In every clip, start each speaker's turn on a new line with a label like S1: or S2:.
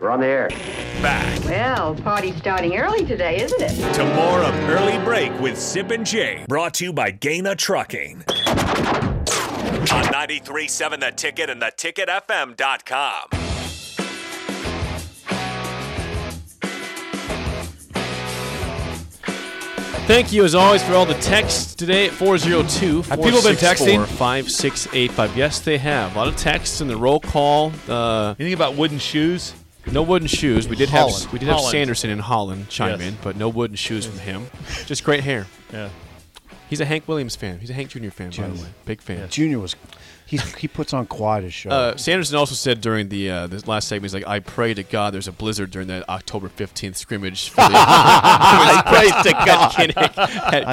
S1: We're on the air.
S2: Back
S3: Well, party's starting early today, isn't it?
S2: to more of Early Break with Sip and Jay, brought to you by Gaina Trucking. On 93.7 The Ticket and theticketfm.com.
S4: Thank you, as always, for all the texts today at 402
S5: Have people been texting?
S4: 5685. Yes, they have. A lot of texts in the roll call. Uh,
S5: Anything about wooden shoes?
S4: no wooden shoes. We did have
S5: Holland.
S4: we did have
S5: Holland.
S4: Sanderson and Holland chime
S5: Yes.
S4: in, but no wooden shoes from him. Just great hair.
S5: Yeah.
S4: He's a Hank Williams fan. He's a Hank Jr. fan, by the way. Big fan.
S6: Junior was he he puts on quite a show.
S4: Uh, Sanderson also said during the uh, this last segment, he's like, "I pray to God there's a blizzard during that October 15th scrimmage." For the, I pray to God.
S6: I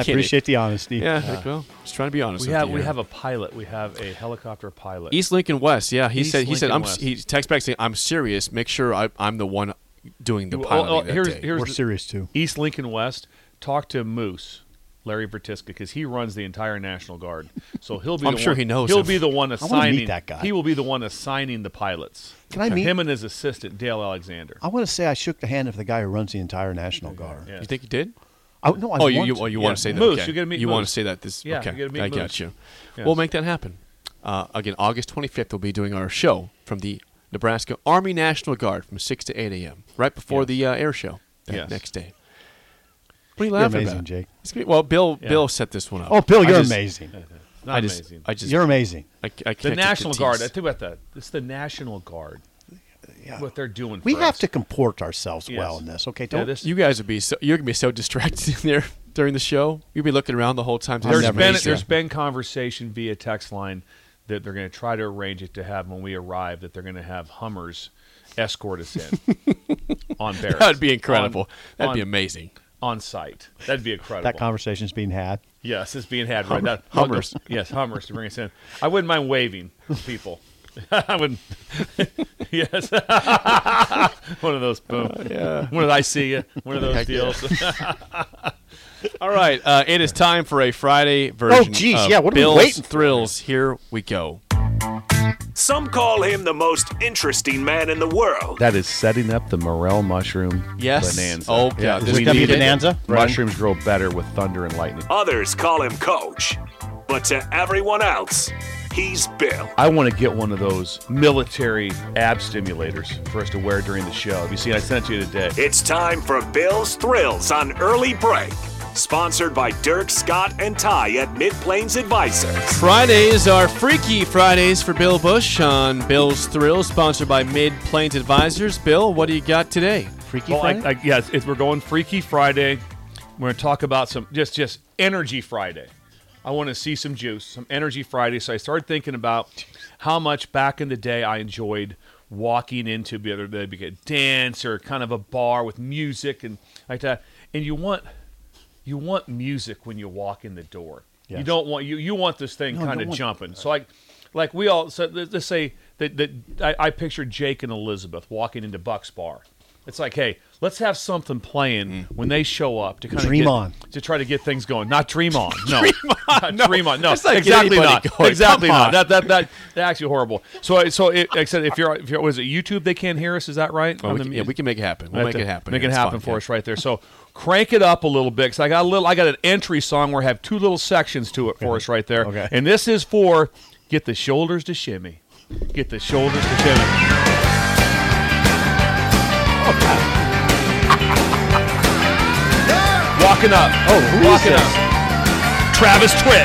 S6: appreciate the honesty.
S4: Yeah, like, well, just trying to be honest.
S5: We
S4: with
S5: have
S4: you
S5: we
S4: here.
S5: have a pilot. We have a helicopter pilot.
S4: East Lincoln West. Yeah, he
S5: East
S4: said he said
S5: Lincoln
S4: I'm
S5: West.
S4: he texted back saying I'm serious. Make sure I, I'm the one doing the
S5: Well,
S4: piloting
S5: oh,
S4: that
S5: here's-
S4: day.
S5: here's
S6: We're
S5: the-
S6: serious too.
S5: East Lincoln West. Talk to Moose, Larry Vertiska, because he runs the entire National Guard. So he'll be.
S4: I'm
S5: the
S4: sure
S5: one,
S4: he knows
S5: He'll
S4: him.
S5: be the one
S6: meet
S5: assigning.
S6: that guy.
S5: He will be the one assigning the pilots.
S6: Can I meet-
S5: him and his assistant Dale Alexander?
S6: I want to say I shook the hand of the guy who runs the entire National Guard.
S5: Yeah.
S4: you think you did?
S6: I, no, I
S4: oh, you
S6: want
S4: you,
S6: to.
S4: oh, you
S5: Yeah.
S4: want to say that?
S5: Moose,
S4: okay.
S5: you're gonna meet
S4: You want
S5: Moose.
S4: to say that? This
S5: Yeah,
S4: okay?
S5: you're gonna meet
S4: I
S5: Moose.
S4: got you.
S5: Yes.
S4: We'll make that happen. Uh, again, August 25th, we'll be doing our show from the Nebraska Army National Guard from 6 to 8 a.m. right before the uh, air show that
S5: Yes.
S4: next day. What are you
S6: You're
S4: laughing
S6: amazing,
S4: about?
S6: Jake.
S4: It's gonna be- well, Bill
S5: Yeah.
S4: Bill set this one up.
S6: Oh, Bill,
S4: I
S6: you're
S4: just-
S6: amazing.
S5: Not
S4: I just,
S5: amazing.
S4: I just,
S6: You're amazing.
S4: I, I
S5: the
S4: connected to
S5: National Guard. I
S4: teams.
S5: think about that. It's the National Guard. What they're doing.
S6: We
S5: for
S6: have
S5: us.
S6: to comport ourselves
S5: Yes.
S6: well in this. Okay,
S5: Yeah,
S6: don't.
S5: this-
S4: You guys would be so you're gonna be so distracted in there during the show. You'd be looking around the whole time.
S6: I'm
S5: There's
S6: never
S5: been
S6: used to
S5: there's
S6: that.
S5: been conversation via text line that they're going to try to arrange it to have when we arrive that they're going to have Hummers escort us in on Barrett.
S4: that'd be incredible.
S5: On-
S4: that'd be
S5: on-
S4: amazing.
S5: On site, that'd be incredible.
S6: that conversation's being had.
S5: yes, it's being had right
S4: Hummer-
S5: now.
S4: Hummers.
S5: yes, Hummers to bring us in. I wouldn't mind waving people. I wouldn't. yes, one of those. Boom.
S4: Oh,
S5: yeah. One of I see you. One of those
S4: Heck yeah.
S5: deals.
S4: All right, uh, it is time for a Friday version.
S6: Oh, geez,
S4: of
S6: yeah, what are we
S4: Bill's
S6: waiting for?
S4: Thrills. Here we go.
S2: Some call him the most interesting man in the world.
S5: That is setting up the morel mushroom
S4: Yes.
S5: bonanza.
S4: Oh, yeah, this
S6: is
S5: we
S6: gonna be
S5: need it.
S6: bonanza, Brian?
S5: Mushrooms grow better with thunder and lightning.
S2: Others call him coach. But to everyone else, he's Bill.
S5: I want to get one of those military ab stimulators for us to wear during the show. Have you seen? I sent it to you today.
S2: It's time for Bill's Thrills on Early Break, sponsored by Dirk, Scott, and Ty at Mid Plains Advisors.
S4: Fridays are Freaky Fridays for Bill Bush on Bill's Thrills, sponsored by Mid Plains Advisors. Bill, what do you got today?
S6: Freaky
S5: Well, I,
S6: Friday?
S5: I, yes, if we're going Freaky Friday. We're going to talk about some just just energy Friday. I want to see some juice, some energy Friday. So I started thinking about how much back in the day I enjoyed walking into the other day, be it a dance or kind of a bar with music and like that. And you want you want music when you walk in the door. You
S6: Yes.
S5: don't want you you want this thing
S6: you
S5: kind of
S6: want-
S5: jumping. So like like we all so let- let's say
S4: that, that I, I picture Jake and Elizabeth walking into Buck's Bar. It's like, hey, let's have something playing
S5: Mm.
S4: when they show up to kind
S6: Dream
S4: of
S6: on.
S4: to try to get things going. Not dream on, no,
S5: Dream on,
S4: Not
S5: no.
S4: dream on, no,
S5: That's not getting
S4: exactly not,
S5: anybody going.
S4: exactly
S5: Come
S4: not.
S5: on.
S4: That that that that's actually horrible. So I- so it, like I said, if you're if you're was it YouTube? They can't hear us. Is that right?
S5: Well,
S4: On
S5: we
S4: the
S5: can,
S4: mu-
S5: yeah, we can make it happen. We'll
S4: have
S5: make
S4: to
S5: it happen.
S4: Make it
S5: It's fine,
S4: happen for
S5: yeah.
S4: us right there. So crank it up a little bit because I got a little. I got an entry song where I have two little sections to it for us right there.
S6: Okay.
S4: And this is for get the shoulders to shimmy, get the shoulders to shimmy. Walking up. Oh,
S6: who is
S4: walking
S6: this?
S4: up. Travis Tritt.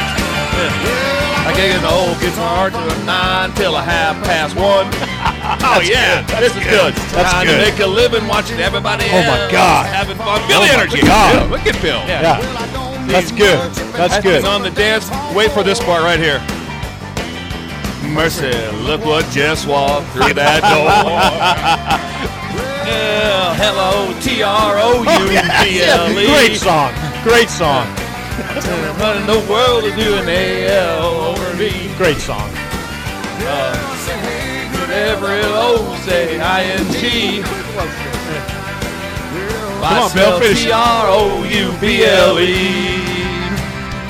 S4: I gave an old guitar to a nine till a half past one. Oh yeah, this is good.
S6: That's
S4: Trying
S6: good.
S4: to make a living watching everybody.
S6: Oh, my
S4: else
S6: God.
S4: having fun. Billy
S6: my
S4: energy.
S6: God.
S4: Yeah, look at Bill. Oh, Yeah,
S6: Yeah. That's good. That's good.
S4: on the dance. Wait for this part right here. Mercy, look what just walked through that door. Yeah, hello, T R O U G L E.
S6: Great song. Great song.
S4: Running the world to do an A L over V.
S6: Great song.
S4: Every O say I N G. Come
S6: on, Bill, finish it.
S4: T R O U B L E.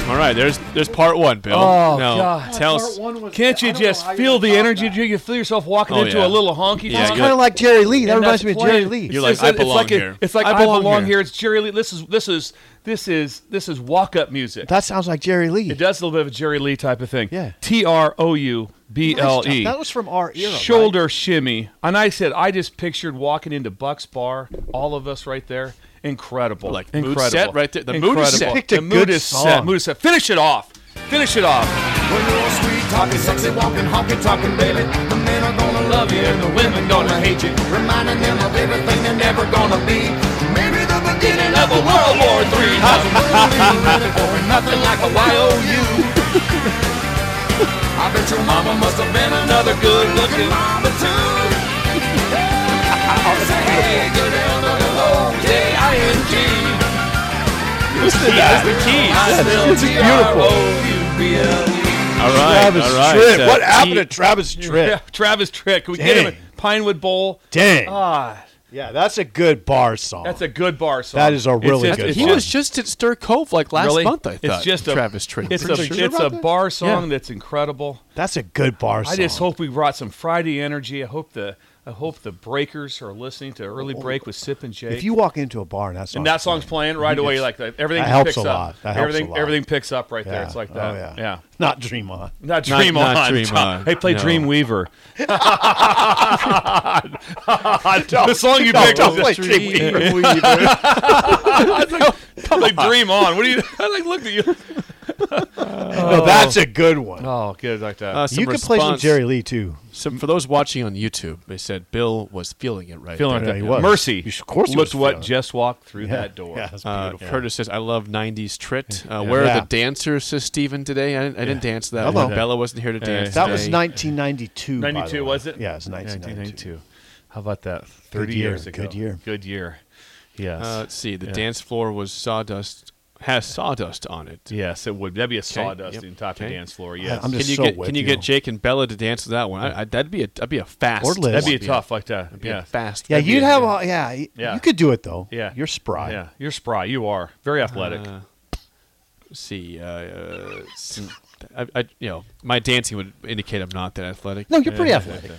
S5: All right, there's there's part one, Bill.
S4: Oh,
S5: no,
S4: God.
S5: Tell us.
S4: Can't you just feel the energy? Do you feel yourself walking
S5: Oh,
S4: into
S5: yeah.
S4: a little honky
S5: Yeah, you're-
S4: tonk?
S6: Kind of like Jerry Lee. That
S4: And
S6: reminds
S4: that's
S6: me of Jerry
S4: playing.
S6: Lee.
S5: You're like,
S4: It's
S5: I
S4: it's
S5: belong
S4: like a-
S5: here.
S4: it's like
S6: I
S4: I
S6: belong
S4: belong,
S6: here.
S4: here. It's Jerry Lee. This is this is this is this is walk up music.
S6: That sounds like Jerry Lee.
S4: it does a little bit of a Jerry Lee type of thing.
S6: Yeah.
S4: T R O U B L E.
S6: That was from our era. right?
S4: Shoulder shimmy. And I said, I just pictured walking into Buck's Bar, all of us right there. Incredible.
S5: Like, mood
S4: Incredible.
S5: set right there. The mood is
S4: Incredible.
S5: set.
S6: Picked a
S4: The mood
S6: good
S4: is
S6: song.
S4: set. Mood is set. Finish it off. Finish it off.
S7: When you're all sweet talking, sexy walking, honky talking, baby, the men are gonna love you and the women gonna hate you. Reminding them of everything they're never gonna be. Maybe the beginning of a World War III. Nothing really, really boring, nothing like a YOU. I bet your mama must have been another good looking mama too. I'll say, hey, go down to the low, J-I-N-G.
S5: That's the key.
S6: It's beautiful.
S7: T-R-O-U-B-L-E.
S5: All right,
S6: Travis
S5: all right.
S6: Tritt.
S5: So
S6: what happened
S5: T-
S6: to Travis Tritt?
S4: uh, E. Yeah, Travis Trick. Can we get him
S6: Dang.
S4: at Pinewood Bowl?
S6: Dang.
S4: Ah,
S6: yeah, that's a good bar song.
S4: that's a good bar song.
S6: That is a really
S4: just-
S6: good
S5: he
S6: bar.
S5: was just at Stir Cove like last
S4: really,
S5: month. I thought
S4: it's just a
S5: Travis Tritt.
S4: It's a
S5: Pretty sure
S4: it's
S5: about
S4: a
S5: that.
S4: bar song
S5: Yeah.
S4: that's incredible.
S6: That's a good bar song.
S4: I just hope we brought some Friday energy. I hope the I hope the Breakers are listening to Early Break with Sip and Jake.
S6: Oh. If you walk into a bar and that song,
S4: and that song's playing right away, like that. everything
S6: That helps
S4: picks
S6: a
S4: up.
S6: lot. That helps a
S4: everything
S6: lot.
S4: everything picks up right there. It's like that.
S6: Oh, yeah.
S4: yeah.
S6: Not Dream On.
S4: Not
S5: Not-
S4: Dream
S5: not
S4: On.
S5: Dream
S4: Tom.
S5: On.
S4: Hey, play
S5: No.
S4: Dream Weaver. the song you
S6: No,
S4: picked
S6: don't
S4: was
S6: play
S4: Dream
S6: Dream
S4: Weaver. I was like, like, Dream On. What do you? I like looked at you.
S5: Oh.
S6: No, that's a good one.
S4: Oh, good like that.
S5: Uh,
S6: you
S5: some
S6: can play some
S5: response-
S6: Jerry Lee too.
S5: Some, for those watching on YouTube, they said Bill was feeling it right.
S4: feeling
S5: there.
S4: like
S6: he
S4: that.
S6: was.
S4: Mercy.
S6: You- of course he
S4: Look
S6: was
S4: what
S6: feeling it.
S4: just walked through
S6: Yeah.
S4: that door.
S6: Yeah, that's
S5: Uh,
S6: beautiful.
S5: Curtis says, "I love '90s Trit." Uh, Where
S6: Yeah.
S5: are the dancers, Sis Steven, today? I, didn't, I didn't dance to that
S6: Hello.
S5: one. Bella wasn't here to dance.
S6: that was
S5: today.
S6: 1992. by the
S4: 92,
S6: way.
S4: was it?
S6: Yeah, it was 1992.
S4: 1992. How about that? 30
S6: year,
S4: years ago.
S6: good year.
S4: Good year. Yes.
S5: Uh, let's see. The
S4: Yeah.
S5: dance floor was sawdust. Has sawdust on it.
S4: yes, it would. That'd be a sawdusting
S5: Yep.
S4: type
S5: Okay.
S4: of dance floor. Yes.
S6: I'm just
S5: Can you
S6: so
S5: get
S6: with
S5: Can you,
S6: you.
S5: get Jake and Bella to dance to that one? I, I, that'd be a that'd be a fast.
S6: Or Liz.
S4: That'd be
S5: one.
S4: a tough like that.
S5: That'd be a
S4: Yeah.
S5: fast.
S6: Yeah,
S5: one.
S6: you'd have. All, yeah, y-
S4: Yeah.
S6: you could do it though.
S4: Yeah.
S6: you're spry.
S4: Yeah. You're spry. You are. Very athletic.
S5: Uh, Let's see. Uh, uh, s- I, I, you know, my dancing would indicate I'm not that athletic.
S6: No, you're pretty athletic.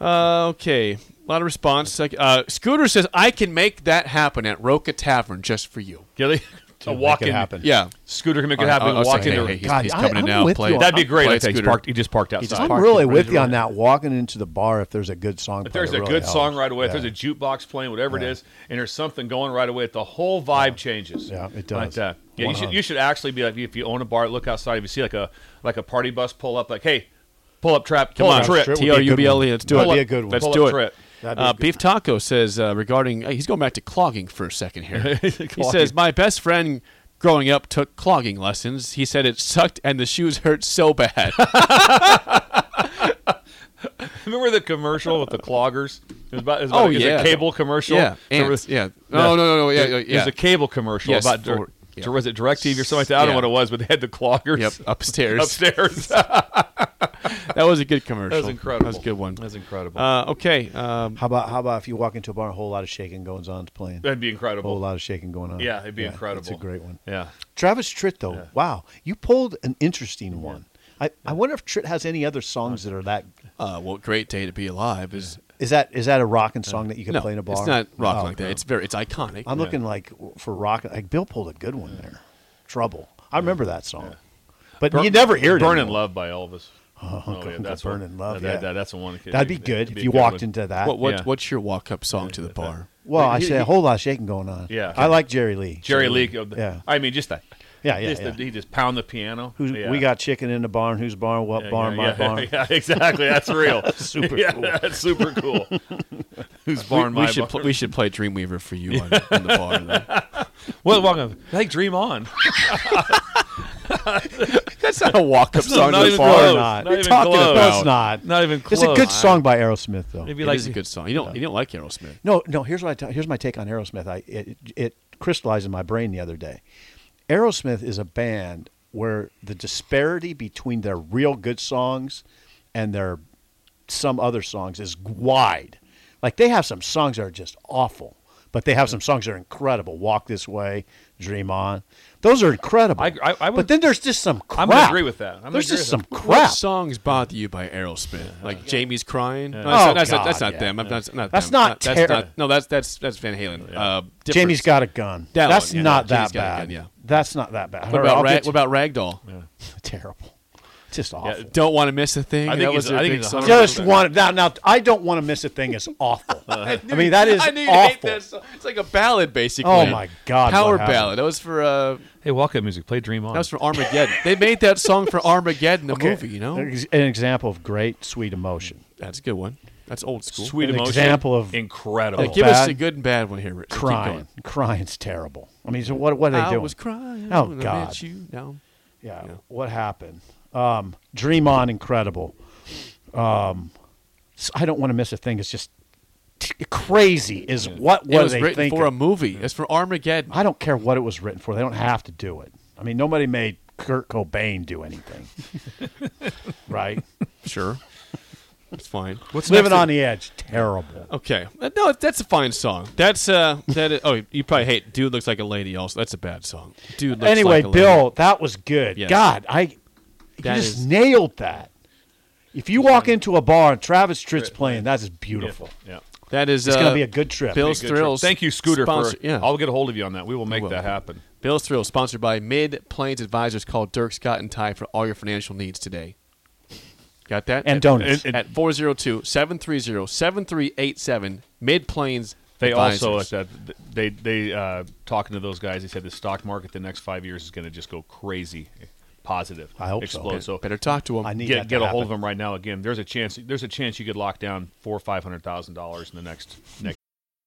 S5: Uh, okay. A lot of response. Like, Uh, Scooter says, I can make that happen at Roca Tavern just for you.
S4: Gilly, a
S6: make
S4: walk
S6: it
S4: in.
S6: happen.
S5: Yeah.
S4: Scooter can make it
S5: I- I-
S4: happen.
S5: I was
S4: walk
S5: thinking,
S4: into.
S5: uh, oh, hey, he's,
S6: God,
S5: he's
S6: I-
S5: coming in
S6: I'm
S5: now.
S6: with
S5: Play,
S6: you on-
S4: That'd be great.
S5: Play
S4: I think. He's
S5: Scooter.
S4: parked, he just parked
S5: just
S4: outside.
S6: I'm
S5: parked
S6: really
S5: it.
S6: with you on that. Walking into the bar, if there's a good song,
S4: If there's a
S6: playing, it
S4: good
S6: really
S4: song
S6: helps.
S4: right away, if
S6: Yeah.
S4: there's a jukebox playing, whatever
S6: Yeah.
S4: it is, and there's something going right away, the whole vibe changes.
S6: Yeah, it
S4: Like
S6: does.
S4: that. Yeah, you should
S6: 100.
S4: you should actually be like if you own a bar, look outside. If you see like a like a party bus pull up, like hey, pull up trap,
S5: Come
S4: pull
S5: on,
S4: up trip,
S6: Trip would be
S5: T
S6: a
S5: R
S6: good
S5: U B L
S6: one.
S5: E. Let's do it.
S6: That'd be a good one.
S5: Let's
S4: Pull
S5: do
S4: up
S5: it.
S4: trip.
S6: That'd be
S5: Uh,
S6: a good
S5: Beef Taco says uh, regarding uh, he's going back to clogging for a second here. he
S4: Clogging.
S5: says my best friend growing up took clogging lessons. He said it sucked and the shoes hurt so bad.
S4: Remember the commercial with the cloggers? It was about, it was about
S5: Oh,
S4: it was
S5: yeah.
S4: a cable commercial.
S5: Yeah,
S4: Remember
S5: ants,
S4: the-
S5: yeah. No, no, no, no, yeah,
S4: It-
S5: yeah,
S4: It was a cable commercial
S5: Yes,
S4: about
S5: for-
S4: dir- was it DirecTV or something like that? I don't
S5: Yeah.
S4: know what it was, but they had the cloggers
S5: Yep, upstairs.
S4: upstairs.
S5: That was a good commercial.
S4: incredible.
S5: That was a good one.
S4: That was incredible.
S5: Uh, okay. Um,
S6: How about how about if you walk into a bar, a whole lot of shaking going on's playing.
S4: That'd be
S6: A whole
S4: incredible.
S6: lot of shaking going on.
S4: Yeah, it'd be incredible.
S6: It's a great one.
S4: Yeah.
S6: Travis Tritt, though, wow, you pulled an interesting one. I, I wonder if Tritt has any other songs that are that.
S5: uh, well, great day to be alive is
S6: Is that is that a rockin' song that you can
S5: no,
S6: play in a bar?
S5: it's not rock
S6: Oh,
S5: like that. It's very, it's iconic.
S6: I'm looking like for rock. Like Bill pulled a good one there. Trouble. I remember that song, but
S4: Burn-
S6: you never hear it.
S4: Burn in
S6: anymore.
S4: Love by Elvis. Oh,
S6: Uncle Burn in Love,
S4: That,
S6: yeah.
S4: that- that's the one. that-
S6: That'd be
S4: that'd
S6: good if
S4: a
S6: you walked
S4: one.
S6: into that.
S5: What, what,
S4: Yeah.
S5: What's your walk-up song to the bar?
S6: well, I
S4: he-
S6: say a
S4: he-
S6: whole lot of shaking going on.
S4: Yeah.
S6: I like Jerry Lee.
S4: Jerry Lee. uh, Yeah.
S6: Yeah.
S4: I mean, just that.
S6: Yeah, yeah,
S4: just
S6: yeah.
S4: The, he just pound the piano.
S6: Who's,
S4: Yeah.
S6: We got chicken in the barn. Whose barn? What
S4: Yeah,
S6: barn?
S4: yeah,
S6: my
S4: yeah,
S6: barn.
S4: Yeah, exactly. That's real.
S6: Super
S4: yeah,
S6: cool.
S4: That's super cool. Who's barn?
S5: we,
S4: my
S5: we should
S4: barn.
S5: pl- we should play Dreamweaver for you on, on the bar. then.
S4: Well, welcome. Hey, dream on.
S5: That's not a walk-up song
S4: not
S5: to the
S4: even
S5: bar.
S4: close.
S6: Or
S4: Not
S6: not. You're
S4: even
S6: talking
S4: close.
S6: about- it's not.
S4: Not even
S6: It's a
S4: close.
S6: good song by Aerosmith, though.
S4: It'd
S5: It
S4: be like
S5: is a good song. You don't you don't like Aerosmith.
S6: No, no. Here's what I t- here's my take on Aerosmith. I it, it crystallized in my brain the other day. Aerosmith is a band where the disparity between their real good songs and their some other songs is wide. Like they have some songs that are just awful, but they have some songs that are incredible. Walk this way, Dream on. Those are incredible.
S4: I- I- I would-
S6: but then there's just some crap.
S4: I'm gonna agree with that. I'm gonna
S6: there's
S4: agree
S6: just some
S4: with
S6: crap.
S5: What songs bother you by Aerosmith? like Jamie's crying. No,
S6: Oh,
S5: that's, not, that's not-
S6: God,
S5: that's not
S6: yeah.
S5: them. That's not.
S6: That's
S5: them.
S6: not
S5: that's
S6: ter-
S5: not. No, that's that's that's Van Halen. Uh, different-
S6: Jamie's got a gun.
S5: That
S6: That's
S5: one, yeah,
S6: not
S5: yeah, Jamie's
S6: that
S5: got a
S6: bad.
S5: gun, yeah.
S6: That's not that
S5: What
S6: bad. All right,
S5: about
S6: I'll
S5: rag, what
S6: get
S5: about Ragdoll?
S6: terrible. Just awful.
S5: Don't want to miss a thing.
S4: I think
S5: that
S4: he's-
S5: was their
S4: I think
S5: big
S4: he's a
S5: song.
S4: hundred
S6: Just want now. Now I don't want to miss a thing. It's awful. I, mean that is
S5: I knew you'd
S6: awful.
S5: hate that song. It's like a ballad, basically.
S6: Oh, my God,
S5: power
S6: what happened?
S5: ballad. That was for uh,
S4: Hey, welcome music. Play Dream On.
S5: that was for Armageddon. they made that song for Armageddon, the movie. You know,
S6: Ex- an example of great sweet emotion.
S5: that's a good one. That's old school.
S4: sweet
S6: An
S4: emotion.
S6: example of-
S4: incredible.
S6: Like,
S5: Give us
S6: Bad.
S5: a good and bad one here. Rick. Keep
S6: Crying,
S5: going.
S6: crying's terrible. I mean, so what? What are they
S5: I
S6: doing?
S5: was crying.
S6: Oh
S5: when I
S6: God.
S5: met you. No.
S6: Yeah. What happened? Um, Dream on, incredible. Um, s- I don't want to miss a thing. It's just t- crazy. Is what?
S5: It
S6: What
S5: was
S6: are they
S5: written
S6: thinking?
S5: for a movie. It's for Armageddon.
S6: I don't care what it was written for. They don't have to do it. I mean, nobody made Kurt Cobain do anything, right?
S5: Sure. It's fine.
S6: What's living on E- the edge? Terrible.
S5: Okay. Uh, No, that's a fine song. That's uh that is, oh, you probably hate Dude Looks Like a Lady also. That's a bad song. Dude looks
S6: anyway,
S5: like a
S6: Bill,
S5: lady.
S6: that was good.
S5: Yes.
S6: God, I you
S5: That
S6: just
S5: is-
S6: nailed that. If you walk into a bar and Travis Tritt's playing, that is beautiful.
S4: yeah.
S5: That is
S6: It's
S5: uh,
S6: gonna be a good trip.
S5: Bill's
S4: Good trip.
S5: Thrills.
S4: Thank you, Scooter.
S5: sponsor-
S4: for,
S5: yeah.
S4: I'll get a hold of you on that. We will make
S5: will.
S4: that happen.
S5: Bill's Thrills sponsored by Mid Plains Advisors. Call Dirk Scott and Ty for all your financial needs today. Got that?
S6: And
S5: At-
S6: donuts.
S5: At 402-730-7387 Mid Plains
S4: They
S5: Advisors.
S4: also at that they they uh, talking to those guys. They said the stock market the next five years is going to just go crazy, positive.
S6: I hope so.
S4: explode. So,
S5: better talk to him.
S6: I need
S4: get
S6: that to
S4: get a hold
S6: happen.
S4: of them right now. Again, there's a chance. There's a chance you could lock down four or five hundred thousand dollars in the next next.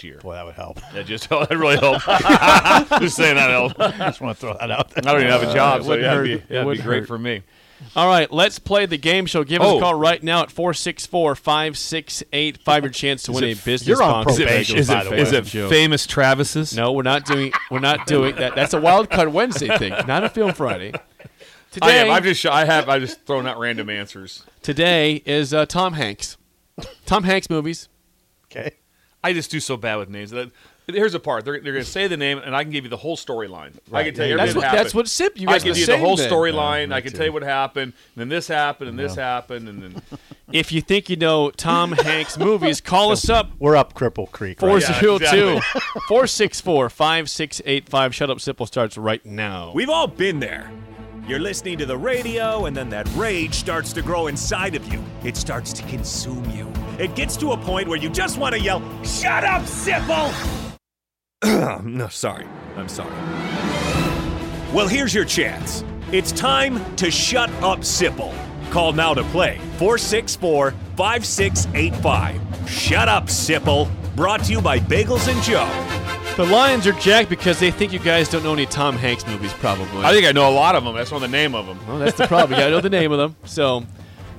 S4: year.
S6: Boy, that would help.
S4: That just that really helped. just saying that helped. I
S6: I just want to throw that out there. Uh,
S4: don't even have a job, so
S5: wouldn't
S4: yeah,
S5: hurt.
S4: it'd
S5: It
S4: be, yeah, it'd be
S5: wouldn't
S4: great
S5: hurt.
S4: for me.
S5: All right, let's play the game show. Give us
S4: Oh.
S5: a call right now at 464 5685 your chance to win a business
S6: you're on
S5: sponsor.
S6: probation,
S5: Is
S6: by
S5: it-
S6: the way.
S5: is it fa-
S4: famous Travis's?
S5: No, we're not doing we're not doing that. That's a wild card Wednesday thing, not a film Friday. Today,
S4: I am. I've just I have I just thrown out random answers.
S5: today is uh, Tom Hanks. Tom Hanks movies.
S6: Okay.
S4: I just do so bad with names. That
S5: Here's the part. They're, they're going to say the name, and I can give you the whole storyline. I can
S4: Right.
S5: tell you
S4: That's
S5: everything
S4: what-
S5: happened.
S4: that's what Sip- you
S5: I
S4: guys
S5: can give
S4: the
S5: you the
S4: same
S5: whole
S4: thing.
S5: storyline.
S4: Yeah,
S5: I
S4: me
S5: can
S4: too.
S5: tell you what happened, and then this happened, and this happened, and then
S4: If you think you know Tom Hanks movies, call us up
S6: We're up Cripple Creek. right?
S4: 402 464 5685. Shut Up Simple starts right now.
S2: We've all been there. You're listening to the radio, and then that rage starts to grow inside of you. It starts to consume you. It gets to a point where you just want to yell, Shut up, Sipple! no, sorry. I'm sorry. Well, here's your chance. It's time to shut up, Sipple. Call now to play 464 5685. Shut up, Sipple. Brought to you by Bagels and Joe.
S4: The Lions are jacked because they think you guys don't know any Tom Hanks movies, probably.
S5: I think I know a lot of them. That's one of the name of them.
S4: Well, that's the problem. you gotta know the name of them. So,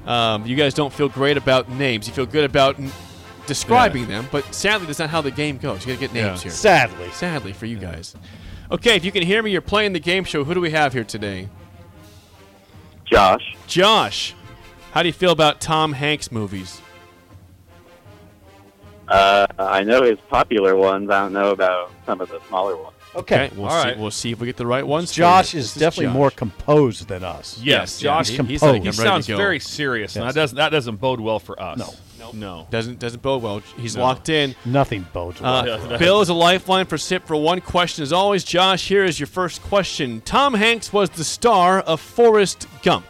S4: um, you guys don't feel great about names. You feel good about n- describing them, but sadly, that's not how the game goes. You gotta get names
S6: Yeah.
S4: here.
S6: Sadly.
S4: sadly for you guys. Okay, if you can hear me, you're playing the game show. Who do we have here today?
S8: Josh,
S4: Josh, how do you feel about Tom Hanks movies?
S8: uh, I know his popular ones. I don't know about some of the smaller ones.
S6: Okay.
S4: we'll
S6: All
S4: see.
S6: right.
S4: We'll see if we get the right ones. for
S6: Josh
S4: you.
S6: is
S4: This
S6: definitely
S4: Josh.
S6: more composed than us.
S4: Yes,
S5: Josh,
S6: he's
S4: he-
S6: composed.
S4: he's like, I'm
S5: he
S4: ready to
S5: sounds
S4: go.
S5: very serious, and
S6: Yes.
S5: that doesn't that doesn't bode well for us.
S6: No.
S5: no,
S4: doesn't doesn't bode well. He's
S5: No.
S4: locked in.
S6: Nothing bodes well.
S4: Uh, Bill is a lifeline for Sip for one question. As always, Josh, here is your first question. Tom Hanks was the star of Forrest Gump.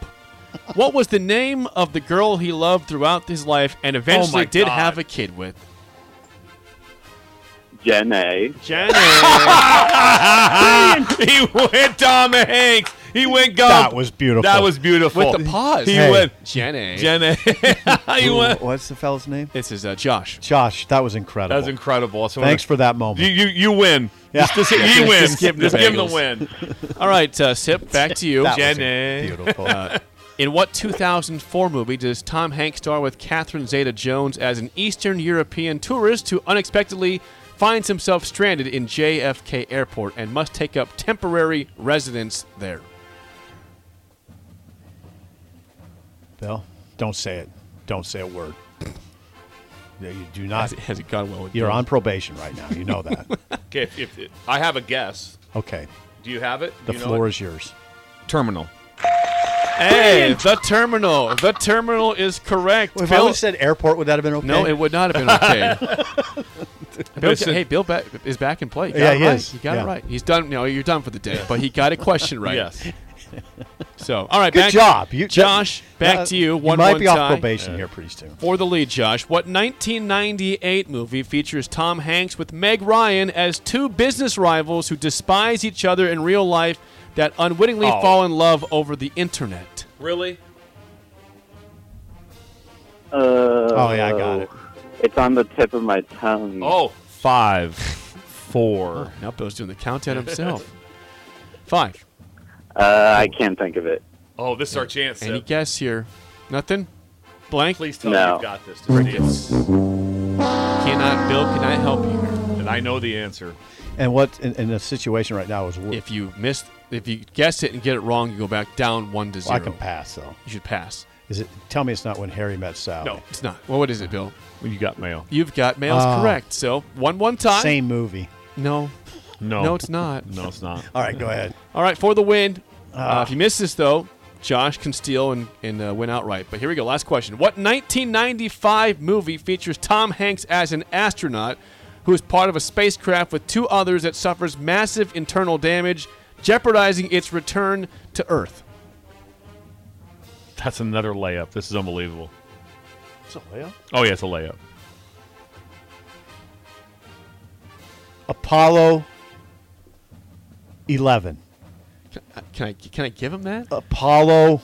S4: What was the name of the girl he loved throughout his life and eventually
S5: Oh my
S4: did
S5: God.
S4: have a kid with?
S8: Gen A.
S5: he went Tom Hanks. He went Gump.
S6: That was beautiful.
S5: That was beautiful.
S4: Oh, With the pause.
S5: He
S6: Hey.
S5: went
S4: Jenny.
S5: Jenny. he went.
S9: What's the fella's name?
S4: This is uh, Josh.
S6: Josh, that was
S5: That
S6: incredible.
S5: was incredible. So
S6: Thanks for that moment.
S5: You you, you win.
S6: Yeah.
S5: Just, just, he
S4: Just
S5: wins. Just
S4: give him the
S5: give him the
S4: bagels.
S5: win.
S4: All right, uh, Sip, back to you. Uh,
S6: That was
S5: Jenny.
S6: Beautiful.
S4: In what 2004 movie does Tom Hanks star with Catherine Zeta Jones as an Eastern European tourist who unexpectedly finds himself stranded in JFK Airport and must take up temporary residence there?
S6: Bill, don't say it. Don't say a word. No, You do
S4: Has
S6: not.
S4: it, has it gone well with
S6: You're
S4: you?
S6: on probation right now. You know that.
S5: Okay, if, if, I have a guess.
S6: Okay.
S5: Do you have it?
S6: The
S5: Do you know
S6: floor
S5: it?
S6: is yours.
S5: terminal.
S4: Hey, the terminal. The terminal is correct.
S6: Well, if I
S4: Bill,
S6: would have said airport, would that have been okay?
S4: no, it would not have been okay. Bill,
S5: Listen.
S4: hey, Bill ba- is back in play. You got
S6: Yeah,
S4: it
S6: he
S4: right.
S6: is.
S4: You got
S6: Yeah.
S4: it right. He's done. You know, you're done for the day, but he got a question right.
S5: Yes.
S4: So, all right,
S6: Good
S4: back,
S6: job. You,
S4: Josh, back
S6: Uh,
S4: to you. One
S6: you might
S4: one
S6: be off
S4: tie.
S6: probation here pretty soon.
S4: For the lead, Josh, what 1998 movie features Tom Hanks with Meg Ryan as two business rivals who despise each other in real life that unwittingly
S5: Oh.
S4: fall in love over the internet?
S5: Really?
S8: Uh,
S6: Oh, yeah, I got it.
S8: It's on the tip of my tongue.
S5: Oh, five, four.
S4: Now Bill's doing the countdown himself. Five.
S8: Uh, I can't think of it.
S5: Oh, this is our chance.
S4: Any
S5: Seb.
S4: guess here? Nothing? Blank?
S5: Please tell me
S8: No.
S5: you've got this. Rickets.
S4: Cannot, Bill, can I help you here?
S5: And I know the answer.
S6: And what in, in the situation right now is wor-
S4: If you missed, if you guess it and get it wrong, you go back down one to
S6: well,
S4: zero.
S6: I can pass though.
S4: You should pass.
S6: Is it? Tell me it's not when Harry met Sally.
S5: No.
S4: It's not. Well, what is it, Bill?
S5: Well, you got mail.
S4: You've got mails
S6: Oh.
S4: correct. So, one one time.
S6: Same movie.
S4: No.
S5: No.
S4: No, it's not.
S5: No, it's not.
S6: All right, go ahead.
S4: All right, for the win.
S6: Ah.
S4: Uh, if you miss this, though, Josh can steal and, and uh, win outright. But here we go. Last question. What 1995 movie features Tom Hanks as an astronaut who is part of a spacecraft with two others that suffers massive internal damage, jeopardizing its return to Earth?
S5: That's another layup. This is unbelievable.
S6: It's a layup.
S5: Oh yeah, it's a layup.
S6: Apollo eleven.
S4: Can I- Can I, can I give him that?
S6: Apollo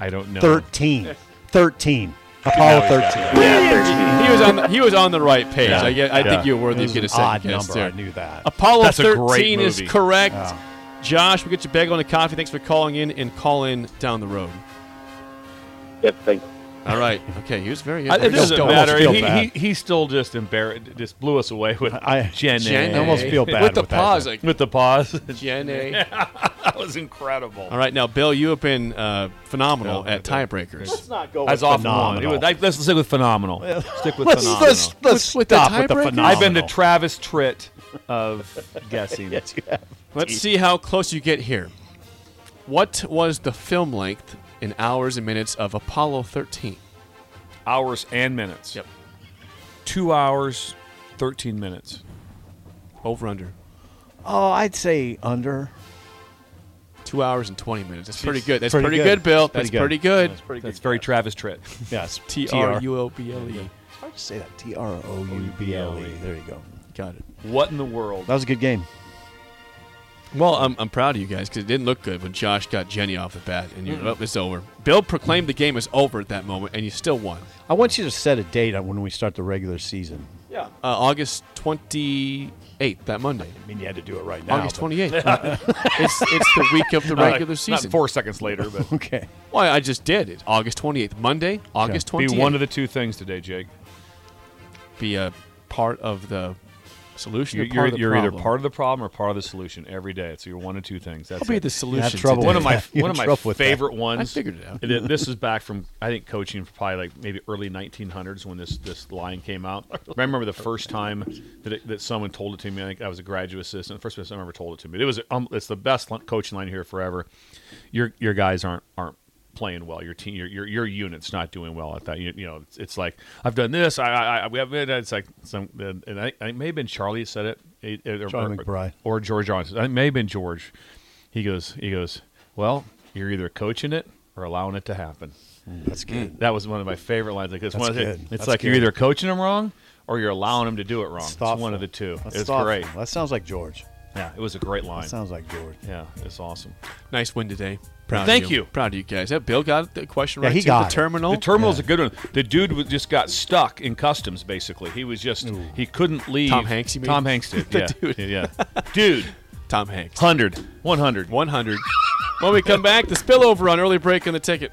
S5: I don't know.
S6: thirteen. Thirteen. Apollo
S5: he's got it.
S6: thirteen.
S8: Yeah, 13.
S4: He was on the, he was on the right page.
S5: Yeah.
S4: I, get, I
S5: Yeah.
S4: think you're worthy
S6: It
S4: of getting
S6: was
S4: a
S6: an
S4: second
S6: odd
S4: guess
S6: number.
S4: there.
S6: I knew that.
S4: Apollo
S5: That's a
S4: 13
S5: great
S4: is
S5: movie.
S4: correct.
S6: Yeah.
S4: Josh, we get your bagel and a coffee. Thanks for calling in and call in down the road.
S8: Yep, thanks.
S4: All right. Okay. He was very.
S6: I, it doesn't
S4: Still-
S6: matter.
S4: Still
S6: He,
S4: bad.
S6: he, he still just embarrassed, just blew us away with
S4: I-
S6: Jenny.
S4: Jenny. I almost feel bad With the with that. pause, like-
S6: with the pause.
S4: Jenny.
S6: that was incredible.
S4: All right. Now, Bill, you have been uh, phenomenal at tiebreakers.
S6: Let's
S5: not go
S6: That's off one. It was- I- Let's stick with phenomenal.
S4: Well,
S6: Stick with
S4: let's-
S6: phenomenal.
S4: let's- let's With- with the
S5: stop with the tiebreakers?
S6: I've been
S5: phenomenal.
S6: the Travis Tritt of guessing.
S5: Yes, you have.
S4: Let's see how close you get here. What was the film length in hours and minutes of Apollo 13?
S6: Hours and minutes.
S4: Yep.
S6: Two hours, thirteen minutes.
S4: Over under.
S5: Oh, I'd say under.
S4: Two hours and 20 minutes. That's
S5: Jeez.
S4: pretty good. That's
S5: Pretty
S4: pretty,
S5: good.
S4: good. Bill.
S5: Pretty
S4: That's
S5: good.
S4: pretty good.
S5: That's pretty
S6: That's very Travis Tritt.
S5: Yes.
S4: T R U O B L E.
S5: It's hard to say that. T R O U B L E. There you go.
S4: Got it.
S6: What in the world?
S5: That was a good game.
S4: Well, I'm, I'm proud of you guys because it didn't look good when Josh got Jenny off the bat and you, oh, it's over. Bill proclaimed the game is over at that moment, and you still won.
S5: I want you to set a date on when we start the regular season.
S4: Yeah. Uh, August 28th, that Monday. I
S5: mean, you had to do it right
S6: now,
S4: August
S6: but-
S4: 28th. it's, it's the week of the
S6: Not-
S4: regular season.
S6: Not four seconds later, but
S5: okay.
S4: Well, I just did. It's August 28th, Monday, August 28th.
S6: Be one of the two things today, Jake.
S4: Be a part of the solution.
S6: You're,
S4: or part
S6: you're,
S4: of the
S6: you're either
S4: problem.
S6: part of the problem or part of the solution every day. So you're one of two things. That's
S4: I'll be
S6: it.
S4: the solution You have
S5: trouble today.
S6: One of my
S5: with that. You
S6: one of
S5: have
S6: my
S5: trouble with that.
S6: favorite ones.
S4: I figured it out.
S6: and it- this is back from I think coaching probably like maybe early 1900s when this this line came out. I remember the first time that it, that someone told it to me. I think I was a graduate assistant. First person I ever told it to me. It was um, it's the best li- coaching line here forever. Your your guys aren't aren't playing well. Your team your your, your unit's not doing well at that. You, you know it's, it's like I've done this. I I, I we have it's like some and I, I it may have been Charlie that said it. It- it- or-
S5: Charlie
S6: or-
S5: McBride.
S6: or George Johnson. It may have been George. He goes, he goes. Well, you're either coaching it or allowing it to happen.
S5: Mm, That's good.
S6: That was one of my favorite lines. Like this,
S5: That's
S6: one of the-
S5: good.
S6: It's
S5: That's
S6: like you're
S5: good.
S6: either coaching them wrong or you're allowing them to do it wrong. It's one of the two.
S5: That's
S6: it's
S5: thoughtful.
S6: great.
S5: That sounds like George.
S6: Yeah, it was a great line.
S5: That sounds like George.
S6: yeah, it's awesome.
S4: Nice win today. Proud
S6: Thank
S4: of you.
S6: you.
S4: Proud of you guys. That Bill got the question
S5: Yeah,
S4: right.
S5: he
S4: too.
S5: got
S4: the
S5: it.
S4: terminal.
S6: The terminal's a good one. The dude was, just got stuck in customs. Basically, he was just he couldn't leave.
S4: Tom Hanks, you mean?
S6: Tom Hanks did.
S4: The
S6: yeah,
S4: dude.
S6: yeah, dude.
S4: Tom Hanks.
S6: 100. 100.
S4: 100. when we come back, the spillover on early break on the ticket.